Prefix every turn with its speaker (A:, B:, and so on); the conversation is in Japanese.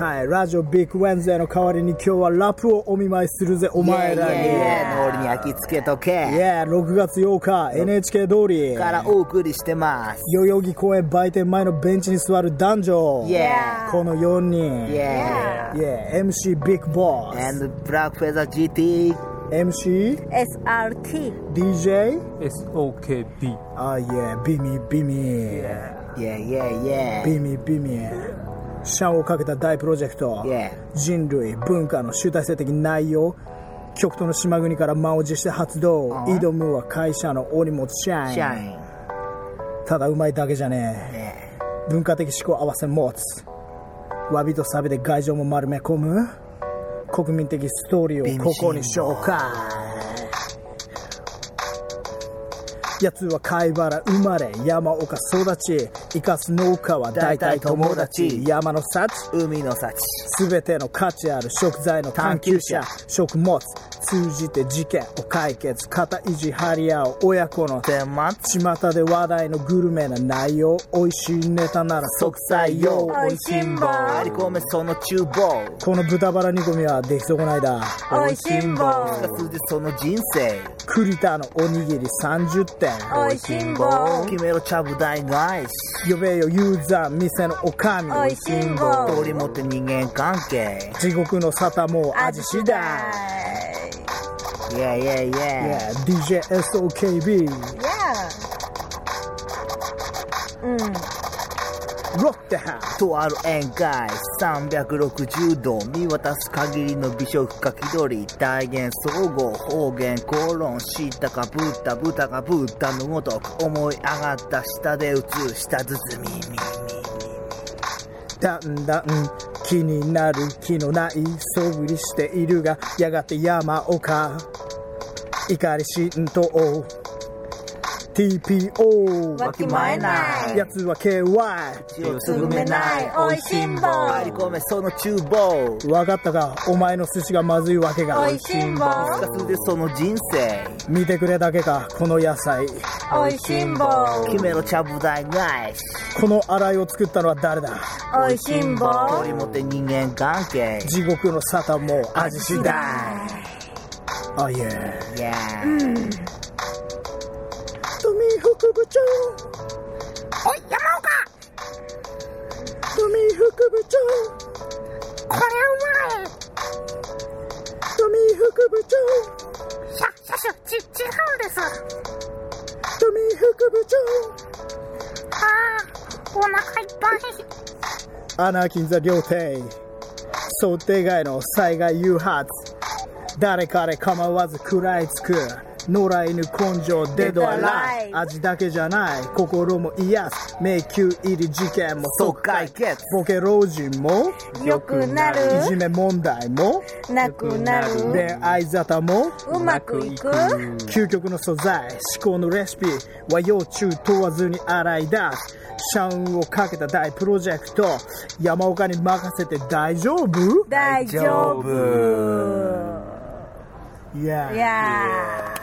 A: ラジオビッグウェンズデーの代わりに今日はラップをお見舞いするぜお前らに
B: イエイイエイ脳裏に焼き付けと
A: イ
B: け
A: エーイ6月8日 NHK 通り
B: からお送りしてます
A: 代々木公園売店前のベンチに座る男女
B: イエ
A: この4
B: イ
A: 人
B: イエ
A: Yeah, MC ビッグボ
B: イ
A: ス
B: And ブラックフェザー GT
A: MC
C: SRT
A: DJ
D: SOKB
A: あいえビミビミ
B: イエイイエイイエイ
A: ビミビミシャンをかけた大プロジェクト
B: Yeah
A: 人類文化の集大成的内容極東の島国から満を持して発動
B: ん
A: 挑むは会社のお荷物社員
B: シャイン
A: ただうまいだけじゃねえ
B: ね
A: 文化的思考合わせ持つ詫びとサビで外情も丸め込む国民的ストーリーをここに紹介やつは貝原生まれ山岡育ち生かす農家は大体友達山の幸
B: 海の幸
A: すべての価値ある食材の探求者食物通じて事件を解決肩維持張り合う親子の手
B: 天末
A: 巷で話題のグルメな内容美味しいネタなら即採用
C: 美味しんぼ
B: あり込めその厨房
A: この豚バラ煮込みは出来損ないだ
C: 美味しんぼ
B: 数日その人生
A: 栗田のおにぎり30点
C: 美味しんぼ
B: 決めろちゃぶ台返し
A: 呼べよユーザー店のおかみ
C: 美味しんぼ
B: 取り持って人間関係
A: 地獄の沙汰もう味次第
B: イエイイエイイエ
A: Yeah, DJSOKB
C: イエーイうん
A: ロッテハ
B: イとある宴会360度見渡す限りの美食かき取り体言総合方言口論したかぶった豚がぶったのごとく思い上がった下で映した包みみ
A: だんだん気になる気のないそぶりしているがやがて山岡怒り浸透 TPO
C: わきまえない
A: やつは KY
B: みをつ
C: ぐめないおいしんぼ
B: あり込めその厨房
A: わかったかお前の寿司がまずいわけが
C: おいしんぼ
B: 復活でその人生
A: 見てくれだけかこの野菜
C: おいしんぼ
B: 決めろちゃぶ台返し
A: この洗いを作ったのは誰だ
C: おいしんぼ
B: 取り持って人間関係
A: 地獄の沙汰も味次第あいえ
B: イエーイ
A: 富副部長
E: おい、山岡
A: 富副部長
E: これはお前
A: 富副部長
E: シャ、シャシャ、ち、違うんです
A: 富副部
E: ああ、お腹いっぱい
A: 長アナーキンザ料亭想定外の災害誘発誰彼構わず食らいつく野良犬根性デッドアライブ
C: Dead alive
A: 味だけじゃない心も癒す迷宮入り事件も
B: 即解決
A: ボケ老人も
C: よくない
A: じ
C: る
A: め問題も
C: なくなる
A: 恋愛沙汰も
C: うまくいく
A: 究極の素材思考のレシピ和洋中問わずに洗い出すシャンをかけた大プロジェクト山岡に任せて大丈夫
C: 大丈夫
A: いや
C: いや